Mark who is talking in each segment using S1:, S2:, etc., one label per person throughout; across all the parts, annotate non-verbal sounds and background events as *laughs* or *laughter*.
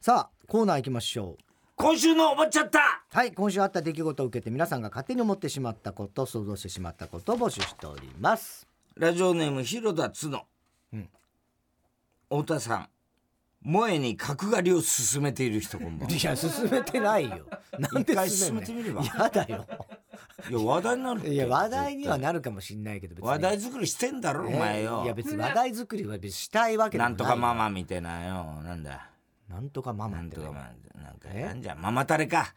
S1: さあコーナー行きましょう
S2: 今週の思っちゃった
S1: はい今週あった出来事を受けて皆さんが勝手に思ってしまったこと想像してしまったことを募集しております
S2: ラジオネーム広田つの、
S1: うん
S2: 太田さん萌えに角刈りを進めている人こんばん
S1: *laughs*
S2: はい
S1: や進めてないよ *laughs* なんで
S2: 一回
S1: 進めんねん
S2: 進めてみれば
S1: やだよ
S2: いや話題になるって
S1: いや話題には
S2: 絶
S1: なるかもしんないけど別
S2: 対話題作りしてんだろお
S1: ね
S2: 前よ
S1: いや別に話題作りは別にしたいわけでも
S2: な
S1: ない
S2: んとかママみたいなよなんだ
S1: なんとかママ
S2: な
S1: っ
S2: ん
S1: て
S2: と
S1: ね
S2: かママなんか
S1: え
S2: なんじゃんママタレか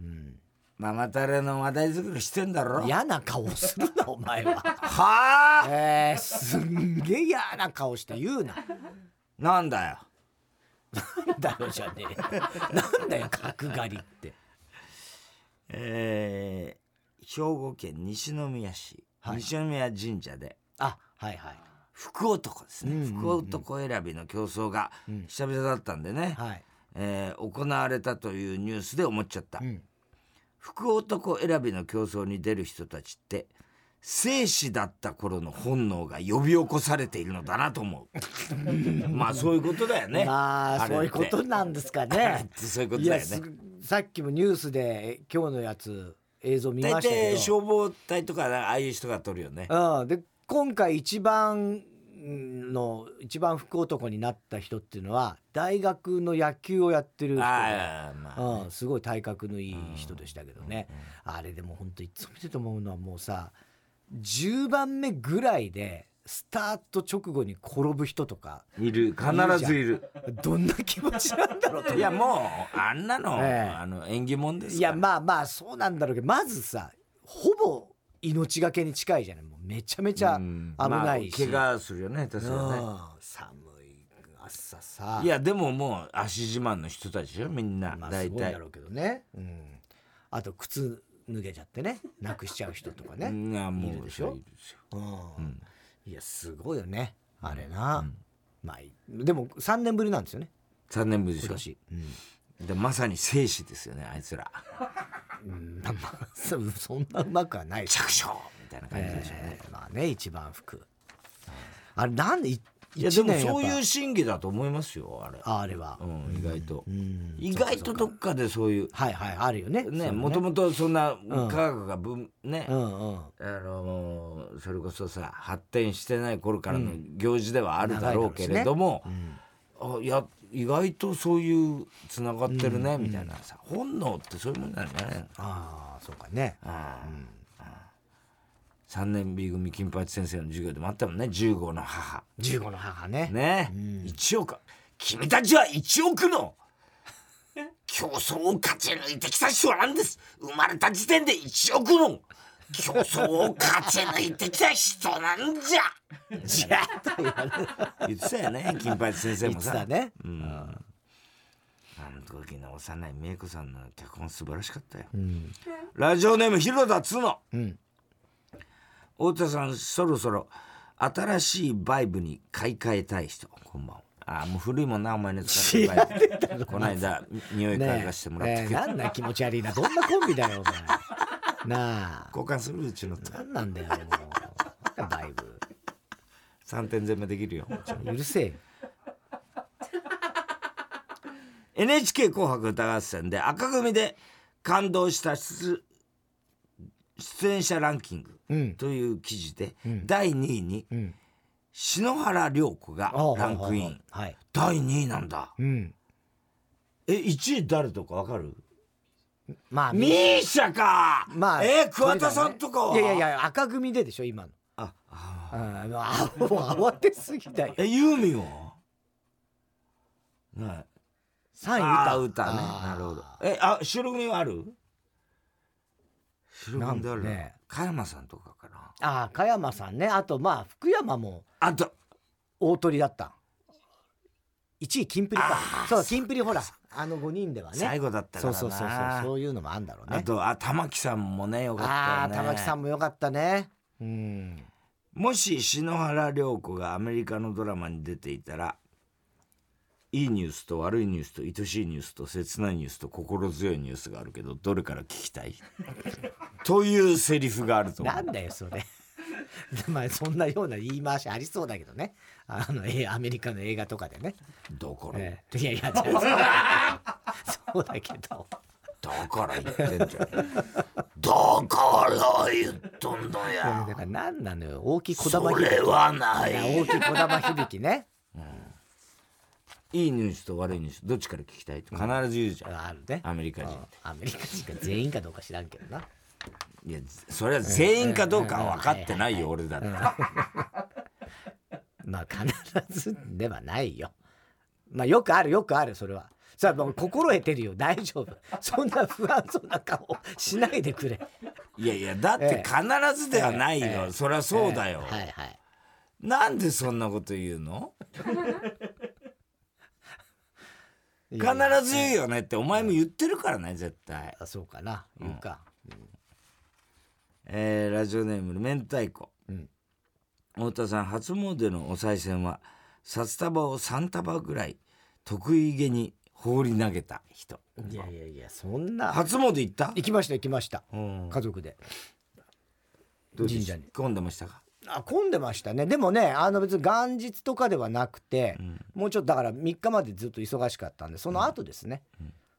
S1: うん
S2: ママタレの話題作りしてんだろ
S1: 嫌な顔するなお前
S2: *laughs*
S1: は
S2: はあ
S1: えー、すんげえ嫌な顔して言うな
S2: なんだよ
S1: なんだよじゃねえよなんだよ角刈りって
S2: えー兵庫県西宮市、
S1: はい
S2: 西宮神社で
S1: あはいはい
S2: 福男ですね、
S1: うんうんうん
S2: 福男選びの競争が
S1: うん
S2: 久々だったんでね、
S1: はい、
S2: えー行われたというニュースで思っちゃった、
S1: うん、
S2: 福男選びの競争に出る人たちって生死だった頃の本能が呼び起こされているのだなと思
S1: *laughs*
S2: うまあそういうことだよね
S1: まあ
S2: あれ
S1: そういうことなんですかね
S2: *laughs* ってそういうこと
S1: い
S2: だ
S1: や
S2: よね
S1: すさっきもニュースで今日のやつ映像見
S2: 大
S1: ましたけ
S2: 体
S1: ど、
S2: 消防隊とかああいう人が取るよね
S1: うん、で今回一番の一番福男になった人っていうのは大学の野球をやってる人で
S2: ああまあ、
S1: うん、すごい体格のいい人でしたけどね、あれでも本当いつも見てて思うのはもうさ10番目ぐらいでスタート直後に転ぶ人とか
S2: いる必ずいる
S1: どんな気持ちなんだろうと思う
S2: いやもうあんなの、
S1: ええ
S2: あの縁起物で
S1: い
S2: すから
S1: やまあまあそうなんだろうけどまずさほぼ命がけに近いじゃないもうめちゃめちゃ
S2: うん
S1: 危ないし、
S2: まあ、怪我するよね確かにね
S1: うん寒い朝さ
S2: いやでももう足自慢の人たちよみんな、
S1: まあす
S2: 大
S1: ごいん
S2: 体
S1: だろうけどね、うん、あと靴脱げちゃってねなくしちゃう人とかね、
S2: いやもう
S1: いるでしょ
S2: そういるですよ
S1: うん、いやすごいよねあれな、まあいいでも3年ぶりなんですよね
S2: 3年ぶりでし
S1: 今
S2: ょ
S1: 年、うん
S2: でまさに生死ですよねあいつら
S1: まあまあそ *laughs* そんなうまくはないです
S2: 着手みたいな感じでしょうね、
S1: えーまあね一番服あれなんでい
S2: いやで
S1: 一
S2: も
S1: 年やっぱ
S2: そういう審議だと思いますよあれ
S1: ああれは、
S2: うん意外と、
S1: ん
S2: 意外とどっかでそういう
S1: はいはいあるよね
S2: ね
S1: そう
S2: もともとそんな科学が分、ね、
S1: うんうん
S2: あのーそれこそさ発展してない頃からの行事ではあるだろうけれども、あいや意外とそういうつながってるね、みたいなさ本能ってそういうもんなんじゃないの
S1: ああそうかね
S2: ああああ3年 B 組金八先生の授業でもあったもんね10号の母
S1: 15の母ね
S2: ね、1億君たちは1億の競争を勝ち抜いてきた人なんです生まれた時点で1億の競争を勝ち抜いてきた人なんじゃじゃあ言ってたよね金八先生
S1: い
S2: も
S1: つ
S2: さ
S1: だね、
S2: うん、あの時の幼い芽衣子さんの脚本素晴らしかったよ、
S1: ん
S2: ラジオネーム広田つの、
S1: ん
S2: 太田さんそろそろ新しいバイブに買い替えたい人こんばんはあーもう古いもんなお前の使ってるバイブこの間匂い
S1: ね
S2: 嗅がしてもらった
S1: ね
S2: け
S1: え
S2: ど、
S1: なんだ気持ち悪いなどんなコンビだ
S2: *laughs*
S1: よお前なあ
S2: 交換するうちのって
S1: なんなんだよもうなんだバイブ
S2: 3点全部できるよ
S1: うるせえよ
S2: NHK 紅白歌合戦で赤組で感動した出出演者ランキン
S1: うん
S2: グという記事で、第2位に
S1: ん
S2: 篠原涼子が
S1: ああ
S2: ランクイン、
S1: はいはいはい、
S2: 第2位なんだ
S1: うん、
S2: え1位誰とかわかる
S1: まあ
S2: ミーシャか
S1: まあ
S2: えー桑田さんとかは、
S1: いやいやいや赤組ででしょ今の
S2: ああ
S1: あもうあもう慌てすぎだよ
S2: えユーミンはない
S1: 3位
S2: あ
S1: 歌
S2: あ歌ねなるほどえあ白組はある白組である
S1: なんかね
S2: 加山さんとかかな
S1: ああ加山さんねあとまあ福山も
S2: あと
S1: 大鳥だった1位キンプリか
S2: ああ
S1: そうキンプリほらあの5人ではね
S2: 最後だったからな
S1: そうそうそうそうそういうのもあんだろうね
S2: あとあ玉木さんもねよか
S1: ああ
S2: ったよね
S1: 玉木さんもよかったねうん
S2: もし篠原涼子がアメリカのドラマに出ていたらいいニュースと悪いニュースと愛しいニュースと切ないニュースと心強いニュースがあるけ *laughs* どどれから聞きたいというセリフがあると思
S1: な
S2: うん
S1: だよそれ *laughs* でまあそんなような言い回しありそうだけどねあのえアメリカの映画とかでね、
S2: だから、
S1: え *laughs* えいや
S2: *laughs*
S1: いや違うそうだけど
S2: だから言ってんじゃんだから言っとんだ
S1: いや
S2: よ
S1: だから何なのよ大きい小
S2: そ
S1: 玉響きい
S2: れ
S1: や
S2: はない
S1: 大きい小玉響きね
S2: いいニュースと悪いニュースどっちから聞きたいって必ず言うじゃん、
S1: あるね
S2: アメリカ人
S1: うんアメリカ人が全員かどうか知らんけどない *laughs*
S2: やそれは全員かどうかは分かってないよ俺だって
S1: まあ必ずではないよ。まあよくあるよくあるそれは。さあもう心得てるよ大丈夫。そんな不安そうな顔しないでくれ。
S2: いやいやだって必ずではないよ、そりゃそうだよ、
S1: はいはい。
S2: なんでそんなこと言うの
S1: い
S2: 必
S1: やいや
S2: ず言うよねってお前も言ってるからね絶対、
S1: あそうかな言うか。
S2: えーラジオネーム明太子、
S1: うん
S2: 太田さん初詣のお賽銭は札束を3束ぐらい得意げに放り投げた人
S1: いやいやいやそんな。 *laughs*
S2: 初詣行った
S1: 行きました行きました。
S2: うん
S1: 家族で。
S2: どうで
S1: 神
S2: し
S1: 社
S2: た
S1: に
S2: 混んでましたか
S1: あ混んでましたね。でもねあの別に元日とかではなくて、
S2: ん
S1: もうちょっとだから3日までずっと忙しかったんでその後ですね。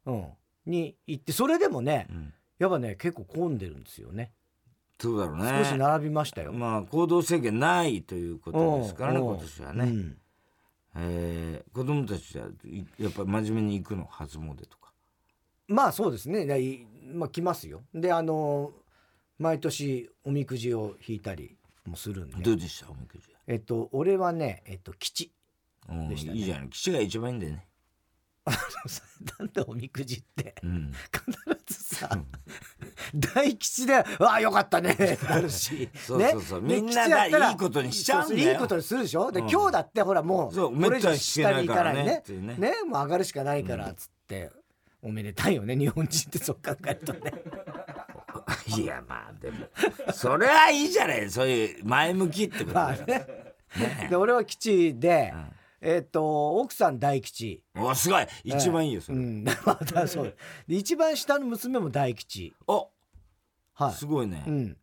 S1: うん。に行ってそれでもね、
S2: ん
S1: やっぱね結構混んでるんですよね。
S2: そうだろうね
S1: 少し並びましたよ。
S2: まあ行動制限ないということですからね
S1: うん
S2: 今年はね、
S1: うん
S2: えー子供たちはいやっぱり真面目に行くの初詣とか
S1: まあそうですねねいまあ来ますよであの毎年おみくじを引いたりもするん
S2: ど
S1: で
S2: うでしたおみくじ
S1: えっと俺はねえっと吉 *laughs*
S2: うん
S1: でしたね
S2: いいじゃない吉が一番いいんだよね、
S1: なんでおみくじって
S2: うん、
S1: 必ずさ大吉で「わあよかったね」ってなるし
S2: *laughs* そうそうそう
S1: ねで
S2: みんな
S1: 吉やったら
S2: いいことにしちゃうんだよ
S1: そそいいことにするでしょで
S2: うん
S1: 今日だってほらもう
S2: そう
S1: これ以上
S2: めったにしてないからね
S1: 下に行
S2: っていうね
S1: ねもう上がるしかないからっつっておめでたいよね日本人ってそう考えるとね。
S2: *laughs* いやまあでもそれはいいじゃないそういう前向きってこと
S1: まあ
S2: だよ、
S1: ね。で俺は吉で、
S2: うん
S1: えっ、と奥さん大吉。
S2: おすごい一番いいよそれ、
S1: うん、 *laughs* またそう。で一番下の娘も大吉。
S2: お
S1: は
S2: すごいね、
S1: い。うん。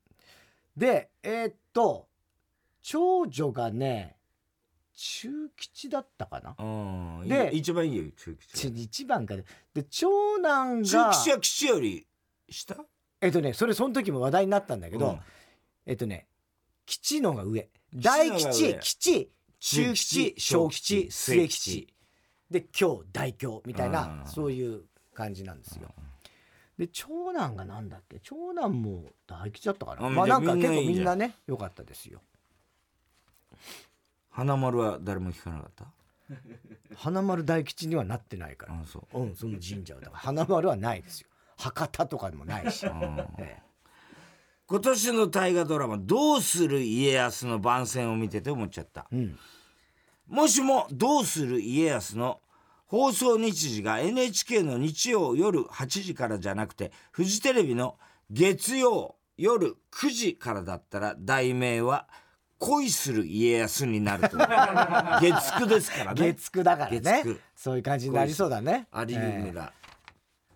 S1: でえっ、と長女がね中吉だったかな。
S2: うん、
S1: で
S2: い一番いいよ中
S1: ち
S2: 吉
S1: 一番かでで長男
S2: は
S1: が
S2: 中吉は吉より下
S1: えっ、とねそれその時も話題になったんだけど、
S2: うん
S1: えっ、とね吉のが上
S2: 吉のが上
S1: 大吉吉中吉小吉末吉で今日大凶みたいな
S2: うん
S1: そういう感じなんですよ。で長男がなんだっけ長男も大吉だったかな
S2: うん
S1: まあ
S2: じゃ
S1: な
S2: あ
S1: んか
S2: みん
S1: 結
S2: な
S1: 構
S2: いい
S1: み
S2: じ
S1: ん
S2: ゃ
S1: なんね良かったですよ。
S2: 花丸は誰も聞かなかった
S1: 花丸大吉にはなってないから
S2: あそう
S1: うんその神社はだから花丸はないですよ博多とかでもないし、ええ
S2: 今年の大河ドラマ「どうする家康」の番宣を見てて思っちゃった、
S1: ん
S2: もしも「どうする家康」の放送日時が NHK の日曜夜8時からじゃなくてフジテレビの月曜夜9時からだったら題名は「恋する家康」になる
S1: *laughs*
S2: と思う月9ですからね
S1: 月9だからね
S2: 月九
S1: そういう感じになりそうだね
S2: 有村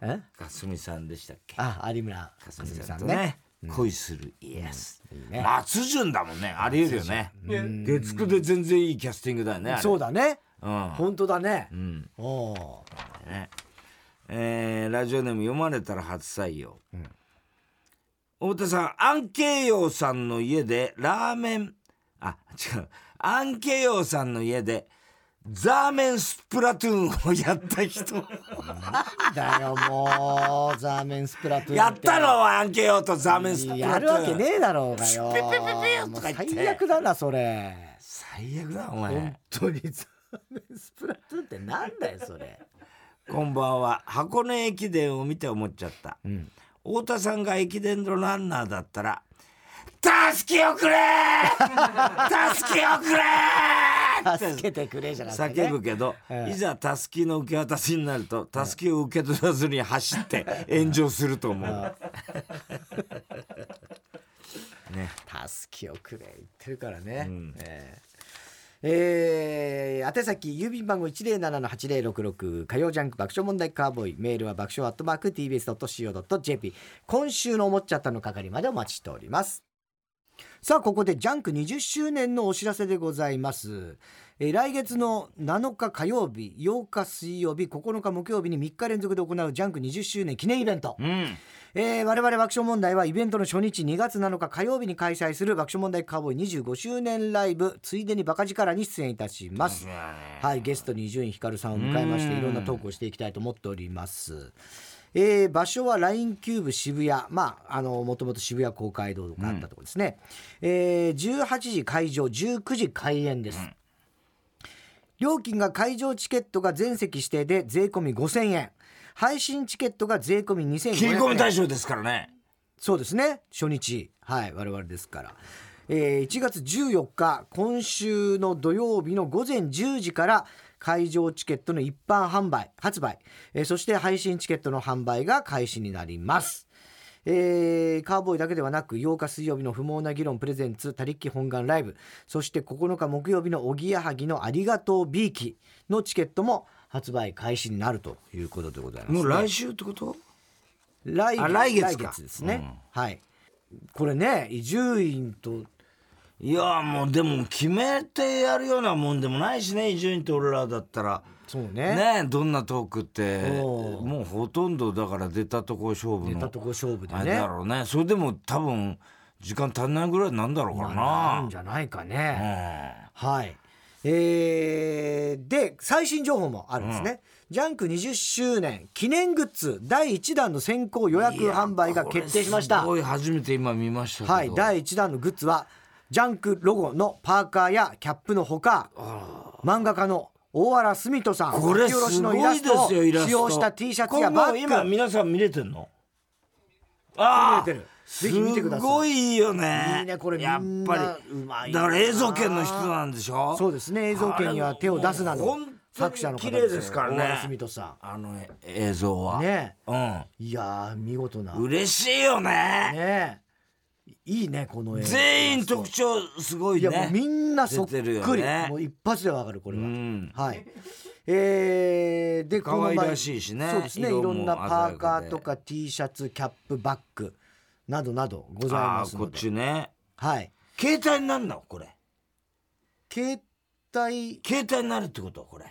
S1: えええ
S2: かすみさんでしたっけ
S1: あ有村架
S2: かす
S1: 純
S2: み
S1: さ
S2: さん
S1: ん
S2: と
S1: ね
S2: ね恋する家康、
S1: いいね
S2: 松潤だもんねありえるよね月9で全然いいキャスティングだよねあれ
S1: そうだね
S2: うん
S1: 本当だね、
S2: うん
S1: おおー
S2: ねえーラジオネーム読まれたら初採用、太田さんアンケイヨウさんの家でラーメンあ違うアンケイヨウさんの家でザーメンスプラトゥーンをやっ
S1: *laughs*
S2: た人
S1: だよもうザーメンスプラトゥーン
S2: やった
S1: ろ
S2: のアンケイヨウとザーメンスプラトゥーン
S1: やるわけねえだろうがよ
S2: ピュピュピュピュとか言って
S1: もう最悪だなそれ
S2: 最悪だお前
S1: 本当にザーメンスプラトゥーンってなんだよそれ
S2: こんばんは箱根駅伝を見て思っちゃった、太田さんが駅伝のランナーだったら「助けをくれ
S1: *laughs*
S2: ー助けをくれー!」
S1: 助け
S2: って
S1: てくれじゃなくて、ね、
S2: 叫ぶけど、
S1: ええ
S2: いざたすきの受け渡しになるとたすきを受け取らずに走って炎上すると思う。ね、
S1: 助けをくれ言ってるからね、
S2: うん
S1: えーえー宛先郵便番号107-8066火曜ジャンク爆笑問題カーボーイメールは爆笑アットマーク TBS.CO.JP 今週の思っちゃったの係までお待ちしておりますさあここでジャンク20周年のお知らせでございます。えー来月の7日火曜日、8日水曜日、9日木曜日に3日連続で行うジャンク20周年記念イベント。
S2: うん
S1: えー我々爆笑問題はイベントの初日2月7日火曜日に開催する爆笑問題カーボーイ25周年ライブ、ついでにバカ力に出演いたします。はい、ゲストに伊集院光さんを迎えまして
S2: うん
S1: いろんなトークをしていきたいと思っております。えー場所は LINE キューブ渋谷、まあ、あのもともと渋谷公会堂があったところですね、えー18時会場19時開演です、料金が会場チケットが全席指定で税込み5000円配信チケットが税込み2500円
S2: 切り込み大賞ですからね
S1: そうですね初日はい我々ですから、えー1月14日今週の土曜日の午前10時から会場チケットの一般販売発売、えーそして配信チケットの販売が開始になりますえーカーボーイだけではなく8日水曜日の不毛な議論プレゼンツ他力本願ライブそして9日木曜日のおぎやはぎのありがとうビーキのチケットも発売開始になるということでございます、
S2: もう来週ってこと
S1: 来
S2: あ来月か
S1: ですね、はいこれね伊集院と
S2: いやもうでも決めてやるようなもんでもないしね伊集院と俺らだったら
S1: そうね
S2: ねどんなトークって
S1: おう
S2: もうほとんどだから出たとこ勝負
S1: 出た
S2: の
S1: とこ勝負で
S2: あれ
S1: ね
S2: だろうねそれでも多分時間足んないぐらいなんだろうから
S1: な
S2: なん
S1: じゃないかね、はいえーで最新情報もあるんですね、ジャンク20周年記念グッズ第1弾の先行予約販売が決定しまし
S2: いや
S1: た
S2: すごい初めて今見ましたけど
S1: はい第1弾のグッズはジャンクロゴのパーカーやキャップのほか漫画家の大原澄人さん
S2: これ
S1: 書き下ろ
S2: す
S1: しのイ
S2: ご
S1: ラ
S2: い
S1: ス
S2: で
S1: トを
S2: すよイラスト
S1: 使用した T シャツやバッ
S2: こんなの今
S1: グ
S2: 皆さん見れてんのああ
S1: 見れてるぜひ見てください
S2: すごいよね
S1: いいねこれみんな
S2: やっぱり
S1: うまいな
S2: だから映像権の人なんでしょ
S1: そうですね映像権には手を出すな
S2: あれ
S1: ど
S2: もう本当に
S1: 作者の方
S2: 綺麗ですからね
S1: 大原澄人さ
S2: あの映像は
S1: んね
S2: うん
S1: いやー見事なね
S2: 嬉しいよね
S1: いいねこの映像
S2: 全員特徴すごい
S1: いやも
S2: ね
S1: うみんなそっく
S2: 出てる
S1: り
S2: よね
S1: もう一発でわかるこれ
S2: う
S1: は
S2: ん
S1: はいえーでこの前
S2: 可愛らしいしね
S1: そうですねい
S2: 色も
S1: ろんなパーカ
S2: 鮮やかで
S1: ーとか T シャツキャップバッグなどなどござい
S2: ああ
S1: ま
S2: ー
S1: す
S2: こ
S1: の
S2: っ
S1: で
S2: ちね
S1: はい
S2: 携帯になるのこれ
S1: 携帯
S2: 携帯になるってことこれ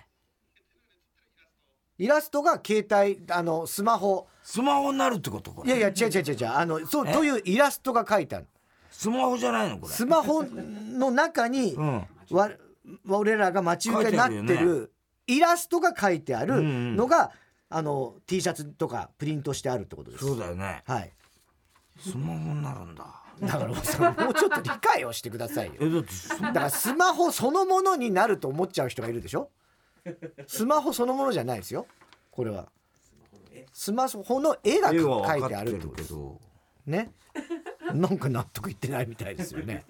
S1: イラストが携帯あのスマホ
S2: スマホになるってことこ
S1: い
S2: れ
S1: やいや違う違う違う違うあのそう
S2: え
S1: というイラストが書いてある
S2: スマホじゃないのこれ
S1: スマホの中に、
S2: うん
S1: わ俺らが待ち受けになって
S2: 書いてあるよ
S1: るイラストが書いてある
S2: うんうん
S1: のが、あの T シャツとかプリントしてあるってことです。
S2: そうだよね
S1: はい。
S2: スマホになるんだ
S1: だからさもうちょっと理解をしてくださいよ。
S2: えだってそ
S1: だからスマホそのものになると思っちゃう人がいるでしょ。スマホそのものじゃないですよ。これは。スマホの絵が
S2: 絵は
S1: 書
S2: 分
S1: い
S2: か
S1: て
S2: っ
S1: あ
S2: て
S1: るっ
S2: る
S1: てこと
S2: け
S1: です。
S2: ど
S1: ね。なんか納得いってないみたいですよね。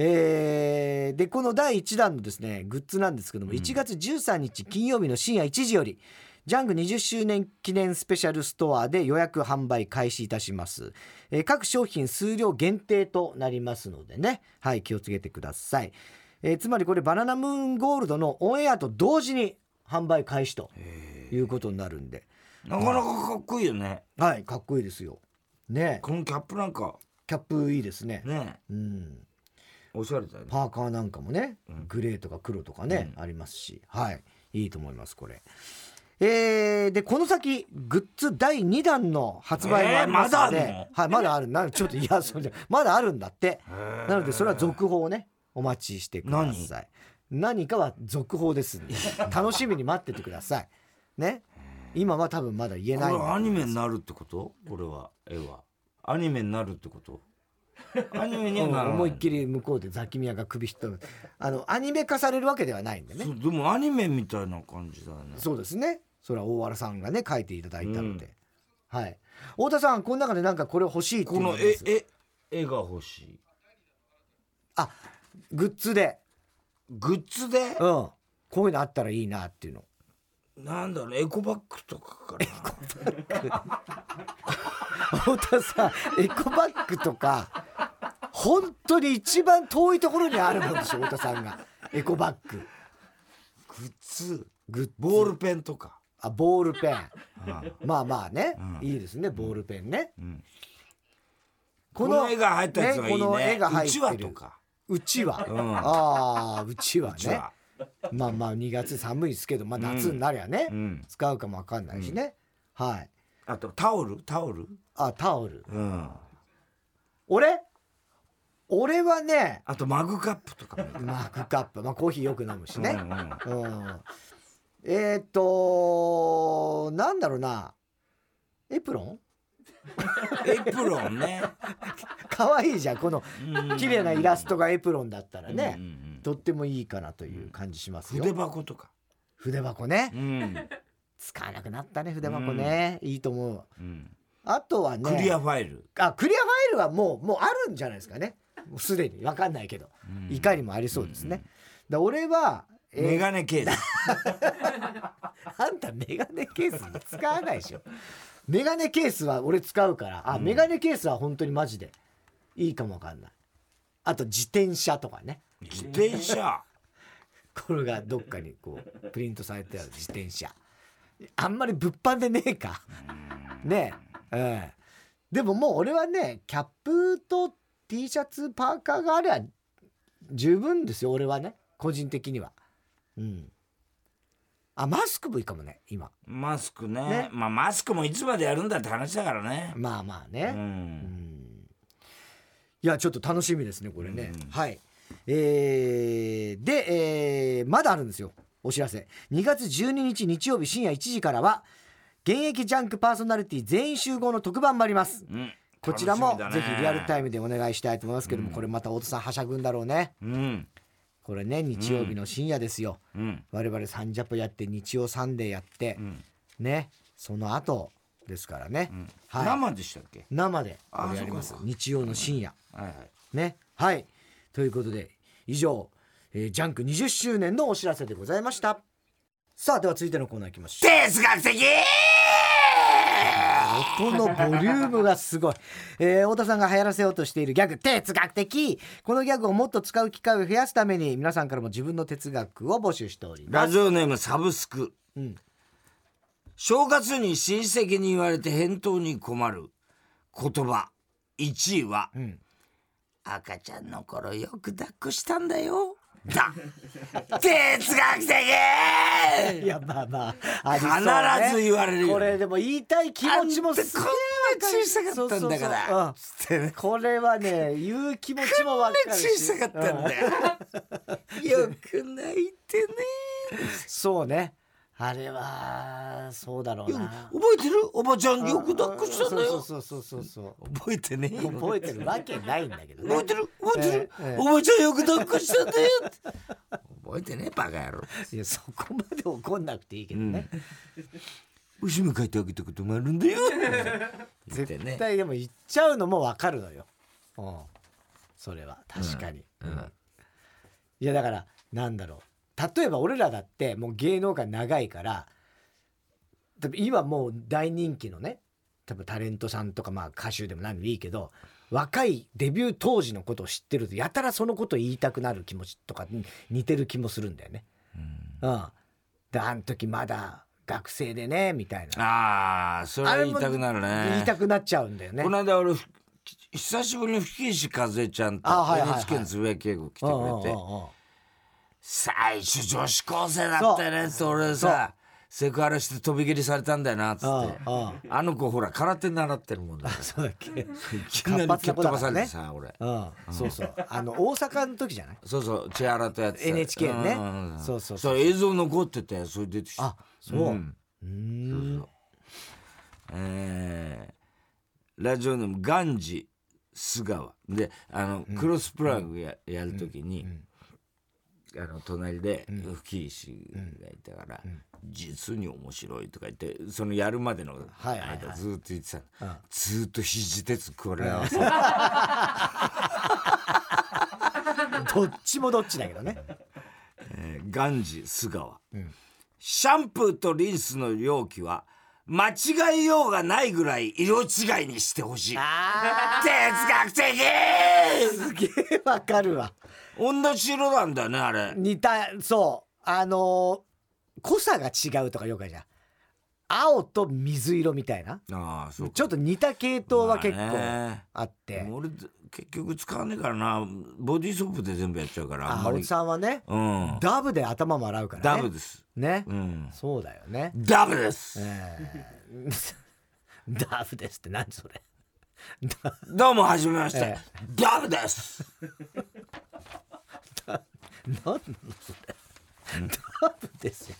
S1: えーでこの第1弾のですねグッズなんですけども、1月13日金曜日の深夜1時よりジャング20周年記念スペシャルストアで予約販売開始いたします、えー各商品数量限定となりますのでねはい気をつけてください、えーつまりこれバナナムーンゴールドのオンエアと同時に販売開始ということになるんで
S2: なかなかかっこいいよね
S1: はいかっこいいですよね
S2: このキャップなんか
S1: キャップいいですね
S2: ね
S1: うん
S2: おしゃれだよね
S1: パーカーなんかもね、グレーとか黒とかね、ありますしはいいいと思いますこれ。えーでこの先グッズ第2弾の発売もありますので、
S2: えーまだある
S1: はい、まだあるなちょっといやそれまだあるんだってなのでそれは続報をねお待ちしてください何かは続報ですんで楽しみに待っててくださいね今は多分まだ言え
S2: こ
S1: ないん
S2: れ
S1: で
S2: アニメになるってことこれは絵はアニメになるってことアニメにはならない
S1: 思いっきり向こうでザキミヤが首ひっとあのアニメ化されるわけではないんでね
S2: そうでもアニメみたいな感じだよね
S1: そうですね。それは大原さんがね書いていただいたので、
S2: う
S1: はい。太田さんこの中でなんかこれ欲しいってい
S2: こ
S1: うのあ
S2: の
S1: りま
S2: 絵
S1: す
S2: 絵絵が欲しい
S1: あグッズで、
S2: グッズで
S1: うん、こういうのあったらいいなっていうの。 *laughs*
S2: なんだろうエコバッグとかかな
S1: 太田さんエコバッグとか本当に一番遠いところにあるもんでしょ太田さんがエコバッグ
S2: グッズ
S1: グッズ
S2: ボールペンとか
S1: あボールペン
S2: うん
S1: まあまあね、
S2: うん
S1: いいですねボールペンね。
S2: うんこの絵が入ったやつがいいね
S1: この絵が入って
S2: うちわ
S1: る
S2: とか
S1: うちわ、
S2: うん
S1: ああうちわ
S2: うち
S1: ね
S2: わ
S1: まあまあ2月寒いですけどまあ夏になりゃね、
S2: うん
S1: 使うかもわかんないしね、はい
S2: あとタオルタオル
S1: あタオル
S2: うん
S1: 俺俺はね
S2: あとマグカップとかもいい
S1: マグカップまあコーヒーよく飲むしね、
S2: うんうん
S1: うんえーっとなんだろうなエプロン *laughs*
S2: エプロンね
S1: 可愛いじゃんこの *laughs* 綺麗なイラストがエプロンだったら
S2: ト
S1: ね、とってもいいかなという感じしますよ
S2: 筆箱とか
S1: 筆箱ね
S2: うん
S1: 使わなくなったね筆箱ね、いいと思う
S2: うん
S1: あとはね
S2: *laughs* クリアファイル
S1: あクリアファイルはもうもうあるんじゃないですかねもうすでに分かんないけど、
S2: うん
S1: いかにもありそうですね、
S2: うん
S1: だ俺は、えー
S2: メガネケース
S1: あんたメガネケース使わないでしょ。メガネケースは俺使うから、あ、メガネケースは本当にマジでいいかもわかんない。あと自転車とかね。
S2: 自転車
S1: これがどっかにこうプリントされてある自転車。あんまり物販でねえか。ねえ。ええでももう俺はね、キャップと T シャツ、パーカーがありゃ十分ですよ、俺はね。個人的には。うん。あ、マスクもいいかもね、今。
S2: マスクね
S1: ね
S2: まあマスクもいつまでやるんだって話だからね
S1: まあまあね。
S2: うん
S1: いやちょっと楽しみですねこれね、
S2: うん
S1: はいえーで、えーまだあるんですよお知らせ2月12日日曜日深夜1時からは現役ジャンクパーソナリティ全員集合の特番もあります
S2: うん
S1: こちらもぜひリアルタ
S2: イ
S1: イムでお願いしたいと思いますけども、これまた太田さんはしゃぐんだろうね
S2: ムうん
S1: これね日曜日の深夜ですよ、
S2: うん
S1: 我々サンジャポやって日曜サンデーやって、
S2: ん
S1: ねその後ですからね、はい、
S2: 生でしたっけ
S1: 生で
S2: あ
S1: これやります
S2: そうかそうか
S1: 日曜の深夜
S2: はいはい
S1: ねはいということで以上、えージャンク20周年のお知らせでございましたさあでは続いてのコーナーいきましょう
S2: 哲学的
S1: 音のボリュームがすごい、えー太田さんが流行らせようとしているギャグ哲学的このギャグをもっと使う機会を増やすために皆さんからも自分の哲学を募集しておりま
S2: ラ
S1: す
S2: ジオネームサブスク、
S1: ん
S2: 正月に親戚に言われて返答に困る言葉1位は、
S1: ん
S2: 赤ちゃんの頃よく抱っこしたんだよ」
S1: *laughs*
S2: だ哲学的
S1: いやまあまあありそう、ね、
S2: 必ず言われるよね
S1: これでも言いたい気持ちもすげえわかる
S2: あんたこんな小さかったんだから
S1: そうそうそううんこれはね言う気持ちもわかるし
S2: 小さかったんだよよく泣いてね
S1: そうね。あれは、そうだろう
S2: よ
S1: な。
S2: 覚えてるおばちゃんよく抱っこしたんだよ
S1: そうそうそうそうそう。
S2: 覚えてねえよ
S1: 覚えてるわけないんだけどね。
S2: 覚えてる覚えてる、
S1: ええええ
S2: おばちゃんよく抱っこしたんだよ覚えてねえバカ野郎
S1: いや、そこまで怒んなくていいけどね。
S2: 後ろに書いてあげたこともあるんだよ言って
S1: 絶
S2: ね
S1: 対でも言っちゃうのもわかるのよ。うん。それは、確かに。
S2: うん
S1: いや、だから、なんだろう。例えば俺らだって、もう芸能界長いから、多分今もう大人気のね、多分タレントさんとかまあ歌手でも何でもいいけど、若いデビュー当時のことを知ってるとやたらそのことを言いたくなる気持ちとかに似てる気もするんだよね。うん、であの時まだ学生でねみたいな
S2: ああそれは言いたくなるね
S1: 言いたくなっちゃうんだよね
S2: こ。の間俺ふ久しぶりに吹石和江ちゃんと
S1: あはいはいはい
S2: NHK のつぶやき稽古来て
S1: うんうんう
S2: くれて
S1: んうん
S2: 最初女子高生だったよねそれさセクハラして飛び蹴りされたんだよなっつって
S1: うんうん
S2: あの子ほら空手習ってるもんだから
S1: そうだっけ。
S2: *laughs* いきなり蹴っ飛ばされてさ俺
S1: うん、そうそう。あの大阪の時じゃない。
S2: そうそう、千原とやってた
S1: NHK ね
S2: んん
S1: そうそうそ
S2: そうれ映像残ってたよ、それ出てきた
S1: あ、そう。
S2: ん
S1: うーん。
S2: えーラジオネーム、ガンジ・スガワ。で、あの、クロスプラグや,、やるときに、あの隣で吹石がいたから、実に面白いとか言ってそのやるまでの
S1: はいはいは
S2: 間
S1: い
S2: ずーっと言ってたの、ずーっと肘鉄これ合わせて
S1: どっちもどっちだけどね。 *laughs*
S2: えーガンジ須川、シャンプーとリンスの容器は間違えようがないぐらい色違いにしてほしい
S1: あ
S2: 哲
S1: あ、
S2: 学
S1: すげえわかるわ。
S2: 的同じ色なんだよねあれ
S1: 似た、そう、あのー濃さが違うとかよくあるじゃん。青と水色みたいな
S2: ああそう
S1: ちょっと似た系統は結構
S2: まあね
S1: あって、
S2: もう俺結局使わねえからなボディーソープで全部やっちゃうから
S1: あ
S2: ん
S1: 青木さんはね
S2: うん
S1: ダブで頭も洗うからね
S2: ダブです
S1: ね、
S2: うん
S1: そうだよね、 *laughs*
S2: ダブです
S1: えーダブですって何それダ
S2: どうもはじめまして、
S1: え
S2: ダブです
S1: 何なのそれダブですよ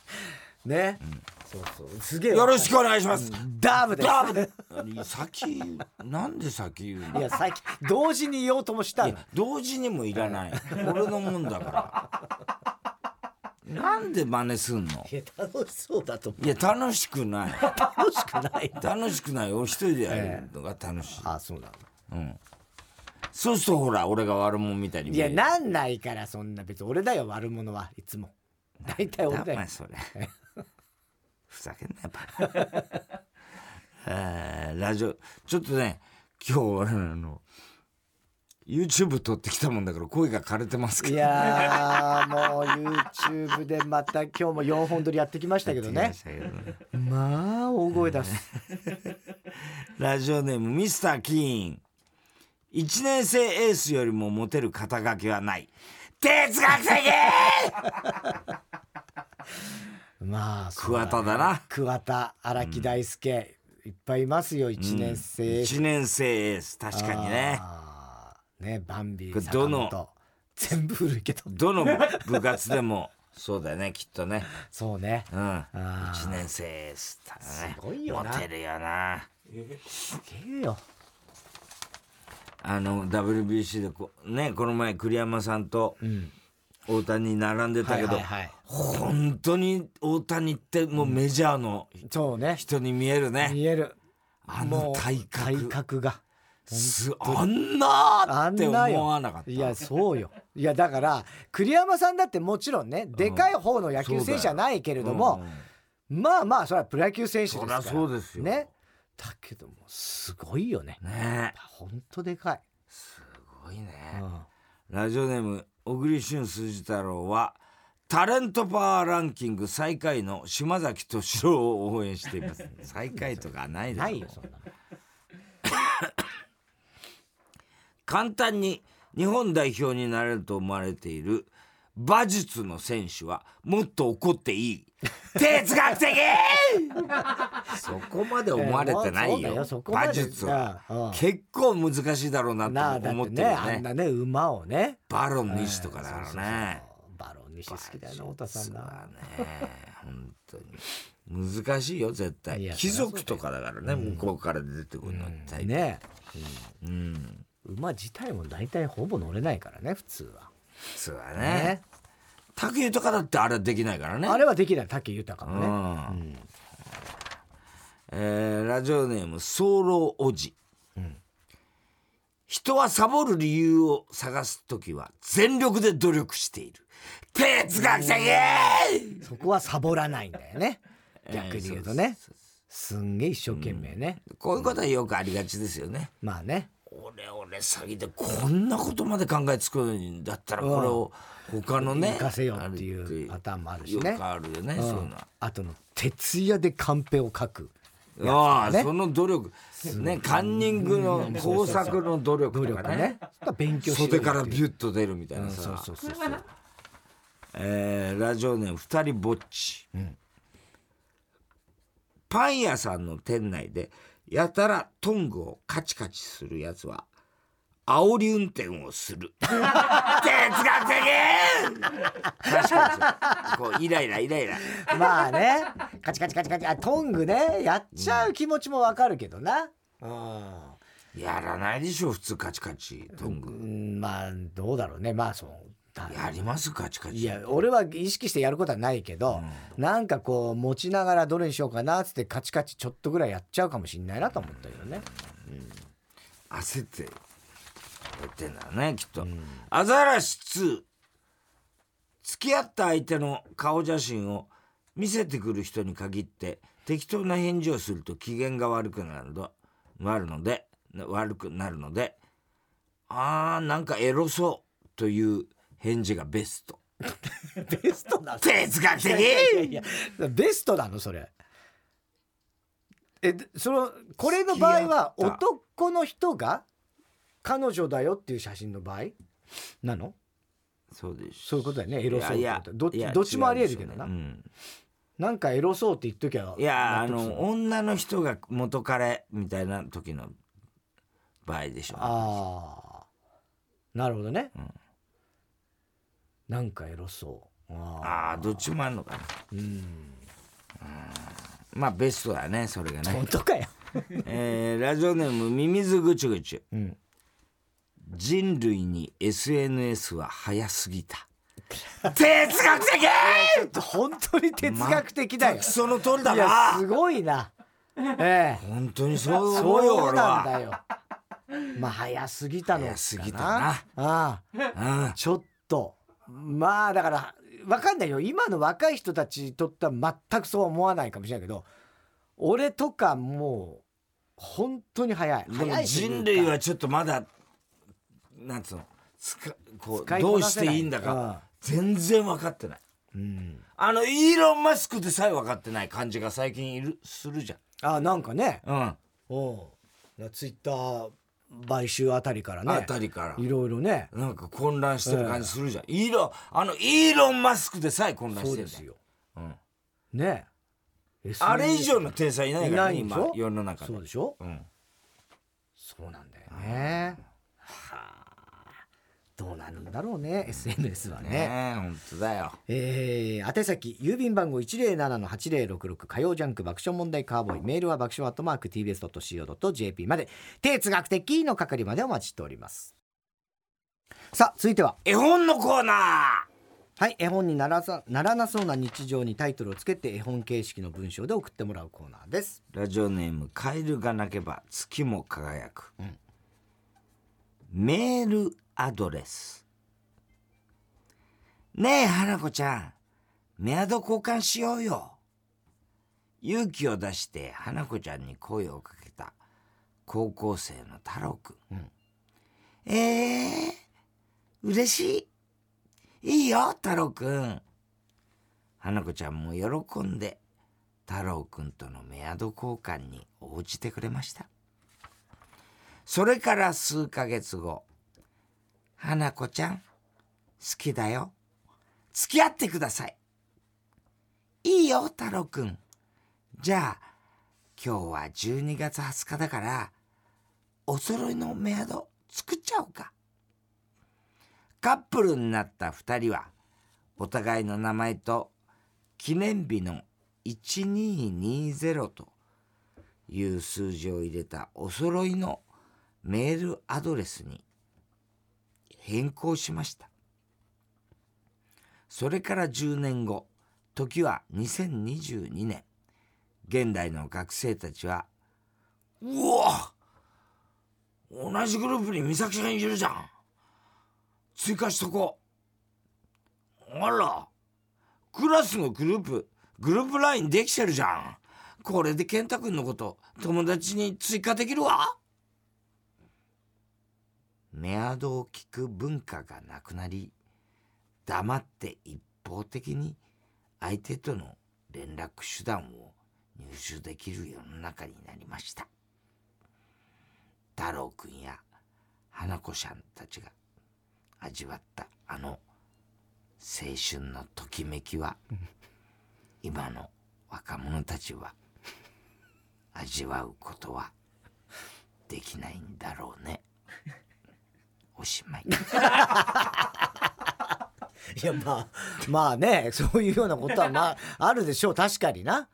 S1: ね、そうそうすげえ
S2: よろしくお願いします
S1: ダブです
S2: ダブ先なんで先言うの
S1: いや最近同時に言おうともしたの
S2: 同時にもいらない俺のもんだからなんで真似すんの
S1: いや楽しそうだと思う
S2: いや楽しくない
S1: 楽しくない
S2: 楽しくない俺一人でやるのが楽しい、
S1: *laughs* あそうなの
S2: そうするとほら俺が悪者みたいに
S1: い
S2: 見え
S1: や
S2: る
S1: なんないからそんな別に俺だよ悪者はいつも大体俺だ
S2: だお
S1: よ
S2: 前それふざけんなよバカえーラジオちょっとね今日俺らの YouTube 撮ってきたもんだから声が枯れてますけ
S1: い
S2: ど
S1: やーもう YouTube でまた今日も4本撮りやってきましたけど
S2: やって
S1: ね
S2: きましたけどね
S1: まあ大声出す
S2: ラジオネームミスターキーン1年生エースよりもモテる肩書きはない哲学的
S1: まあそう
S2: 桑田だな
S1: 桑田荒木大輔、いっぱいいますよ1年生、
S2: 1年生エース確かにね
S1: あーねバンビ
S2: これ
S1: 坂
S2: どの
S1: 本全部古いけど
S2: どの部活でもそうだよねきっとね
S1: そうね
S2: うん
S1: ー
S2: 1年生エースだね
S1: すごいよな
S2: モテるよな
S1: すげえよ
S2: あの WBC でこねこの前栗山さんと大谷に並んでたけど、
S1: はいはいはい
S2: 本当に大谷ってもうメジャーの
S1: そうね
S2: 人に見えるね、
S1: 見える
S2: あの体
S1: も
S2: 格
S1: う体格が
S2: すあんなー
S1: あ
S2: っ
S1: ん
S2: て
S1: なよ
S2: 思わなかった
S1: いやそうよいやだから栗山さんだってもちろんねでかい方の野球選手じゃないけれども、まあまあそれはプロ野球選手ですから
S2: そりゃそうですよ
S1: ねだけどもすごいよね
S2: ねえ
S1: 本当でかい、
S2: すごいね、
S1: うん
S2: ラジオネーム小栗旬辻太郎はタレントパワーランキング最下位の島崎敏郎を応援しています最下位とかないでしょ
S1: ないよそんなの
S2: 簡単に日本代表になれると思われている馬術の選手はもっと怒ってい
S1: *laughs*
S2: い哲学的そこまで思われてないよ,、
S1: えーそうだよそこまで
S2: 馬術は
S1: うんうん
S2: 結構難しいだろう
S1: な
S2: な
S1: あ
S2: って
S1: だって
S2: 思ってる
S1: ね
S2: よ
S1: あ
S2: ね
S1: んなね馬をね
S2: バロン西とかだからね、
S1: そうバロン西好きだよな太田さんな
S2: ね本当に難しいよ絶
S1: い
S2: 対
S1: や
S2: 貴族とかだからね、向こうから出てくるのって、大体
S1: ね
S2: うん
S1: 馬自体も大体ほぼ乗れないからね普通は、
S2: そうだね
S1: ね
S2: 卓球とかだってあれはできないからね
S1: あれはできない武豊もね、
S2: うんえーラジオネーム「早漏おじ」人はサボる理由を探す時は全力で努力している哲学的
S1: そこはサボらないんだよね逆に言うとね、すんげえ一生懸命ね、
S2: こういうことはよくありがちですよね、
S1: まあね
S2: 俺俺詐欺でこんなことまで考えつくんだったらこれを他のね
S1: 行かせよっていうパターンもあるしね
S2: よくあるよね、そういうのは
S1: あとの徹夜でカンペを書く
S2: ああ、その努力ねカンニングの工作の努力
S1: 努
S2: と
S1: 力
S2: か
S1: ね
S2: ね
S1: そこは勉強しろよって
S2: 袖
S1: いう
S2: からビュッと出るみたいな
S1: そう
S2: さ、
S1: そうそうそう
S2: えーラジオネーム二人ぼっち、パン屋さんの店内でやたらトングをカチカチするやつは煽り運転をする哲学的確かにそうこうイライライライラ
S1: まあねカチカチカチカチあトングねやっちゃう気持ちもわかるけどな、うん
S2: やらないでしょ普通カチカチトング、
S1: うんまあどうだろうねまあそうだ
S2: やりますカチカチ
S1: いや俺は意識してやることはないけど、なんかこう持ちながらどれにしようかなっつってカチカチちょっとぐらいやっちゃうかもしんないなと思ったけどね
S2: 焦ってやってんだろうねきっと、アザラシ2付き合った相手の顔写真を見せてくる人に限って適当な返事をすると機嫌が悪くなるの悪ので悪くなるのであーなんかエロそうという返事がベス
S1: *laughs*
S2: ト
S1: ベストなの
S2: 哲学的
S1: いやいやいやベストなのそれえでそのこれの場合は
S2: 付き合った
S1: 男の人が彼女だよっていう写真の場合なの
S2: そうです
S1: そういうことだよねエロそうってこと
S2: いやいや
S1: どっち
S2: いや
S1: どっちもありえる
S2: 違うんですよ
S1: けどな
S2: ねうん
S1: なんかエロそうって言っときゃ
S2: いやあ
S1: 納得する
S2: の女の人が元彼みたいな時の場合でしょ
S1: あーなるほどね、
S2: うん
S1: なんかエロそうあ
S2: あーどっちもあんのかな
S1: ーうん
S2: まあベストだねそれがね
S1: 本当かよ、
S2: えーラジオネームミミズぐちゅぐちゅ
S1: うん、
S2: 人類に SNS は早すぎた哲学的
S1: ちょっと本当に哲学的だよ、
S2: その通りだ
S1: いや
S2: な
S1: すごいなええ
S2: 本当にそう思うよ
S1: そう
S2: 俺
S1: なん
S2: は
S1: だよまあ早すぎたのかな
S2: 早すぎたな
S1: ああ
S2: うん
S1: ちょっとまあだから分かんないよ今の若い人たちにとっては全くそう思わないかもしれないけど俺とかもう本当に早い
S2: でも
S1: 早いというか
S2: 人類はちょっとまだなんつうのつかこ
S1: 使
S2: う
S1: い
S2: ど
S1: こ
S2: う
S1: な
S2: し
S1: せ
S2: て
S1: ない
S2: いんだか全然分かってない
S1: うん、
S2: あのイーロン・マスクでさえ分かってない感じが最近いるするじ
S1: あなんかね
S2: ゃん、うん
S1: おツイッター買収あたりからね
S2: あたりから
S1: いろいろね
S2: なんか混乱してる感じするじゃん、イーロンあのイーロン・マスクでさえ混乱
S1: そ
S2: し
S1: う
S2: て
S1: で
S2: るじゃ
S1: す
S2: ん
S1: よ
S2: うん
S1: ね
S2: あれ以上の天才いない
S1: い
S2: か
S1: な
S2: ら
S1: い
S2: ね
S1: んでし
S2: 今
S1: ょ
S2: 世の中で
S1: そうでしょ
S2: うん、
S1: そうなんだよねはあどうなるんだろうね SNS は
S2: ね
S1: ね
S2: え本当だよ
S1: えー、宛先郵便番号107-8066火曜ジャンク爆笑問題カーボーイメールは爆笑アットマーク TBS.CO.jp まで哲学的の係までお待ちしておりますさあ続いては
S2: 絵本のコーナ
S1: はい絵本にならさならなそうな日常にタイトルをつけて絵本形式の文章で送ってもらうコーナーです
S2: ーラジオネーム「カエルが鳴けば月も輝く」
S1: うん
S2: メールアドレスねえ花子ちゃんメアド交換しようよ勇気を出して花子ちゃんに声をかけた高校生の太郎くん、えー、嬉しいいいよ太郎くん花子ちゃんも喜んで太郎くんとのメアド交換に応じてくれましたそれから数ヶ月後花子ちゃん好きだよ付き合ってくださいいいよ太郎くんじゃあ今日は12月20日だからお揃いのメアド作っちゃおうかカップルになった2人はお互いの名前と記念日の1220という数字を入れたお揃いのメールアドレスに変更しましたそれから10年後時は2022年現代の学生たちは「うわ同じグループに美咲ちゃんいるじゃん追加しとこうあらクラスのグループグループ LINE できてるじゃんこれで健太君のこと友達に追加できるわメアドを聞く文化がなくなり黙って一方的に相手との連絡手段を入手できる世の中になりました太郎くんや花子ちゃんたちが味わったあの青春のときめきは今の若者たちは味わうことはできないんだろうねおしまい
S1: いや *laughs* まあまあねそういうようなことは *laughs* まああるでしょう確かにな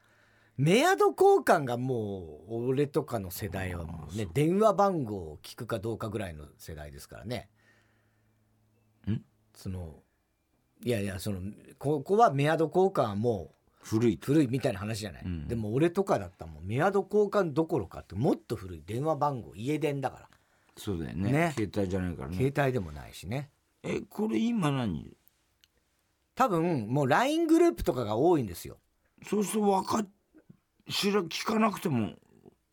S1: メアド交換がもう俺とかの世代はもうね電話番号を聞くかどうかぐらいの世代ですからね
S2: ん
S1: そのいやいやそのここはメアド交換はもう
S2: 古い
S1: 古いみたいな話じゃない、
S2: うん
S1: でも俺とかだったらもうメアド交換どころかってもっと古い電話番号家電だから、
S2: そうだよね
S1: ね
S2: 携帯じゃないからね
S1: 携帯でもないしね
S2: えこれ今何
S1: 多分もう LINE グループとかが多いんですよ
S2: そうすると分かっ知ら聞かなくても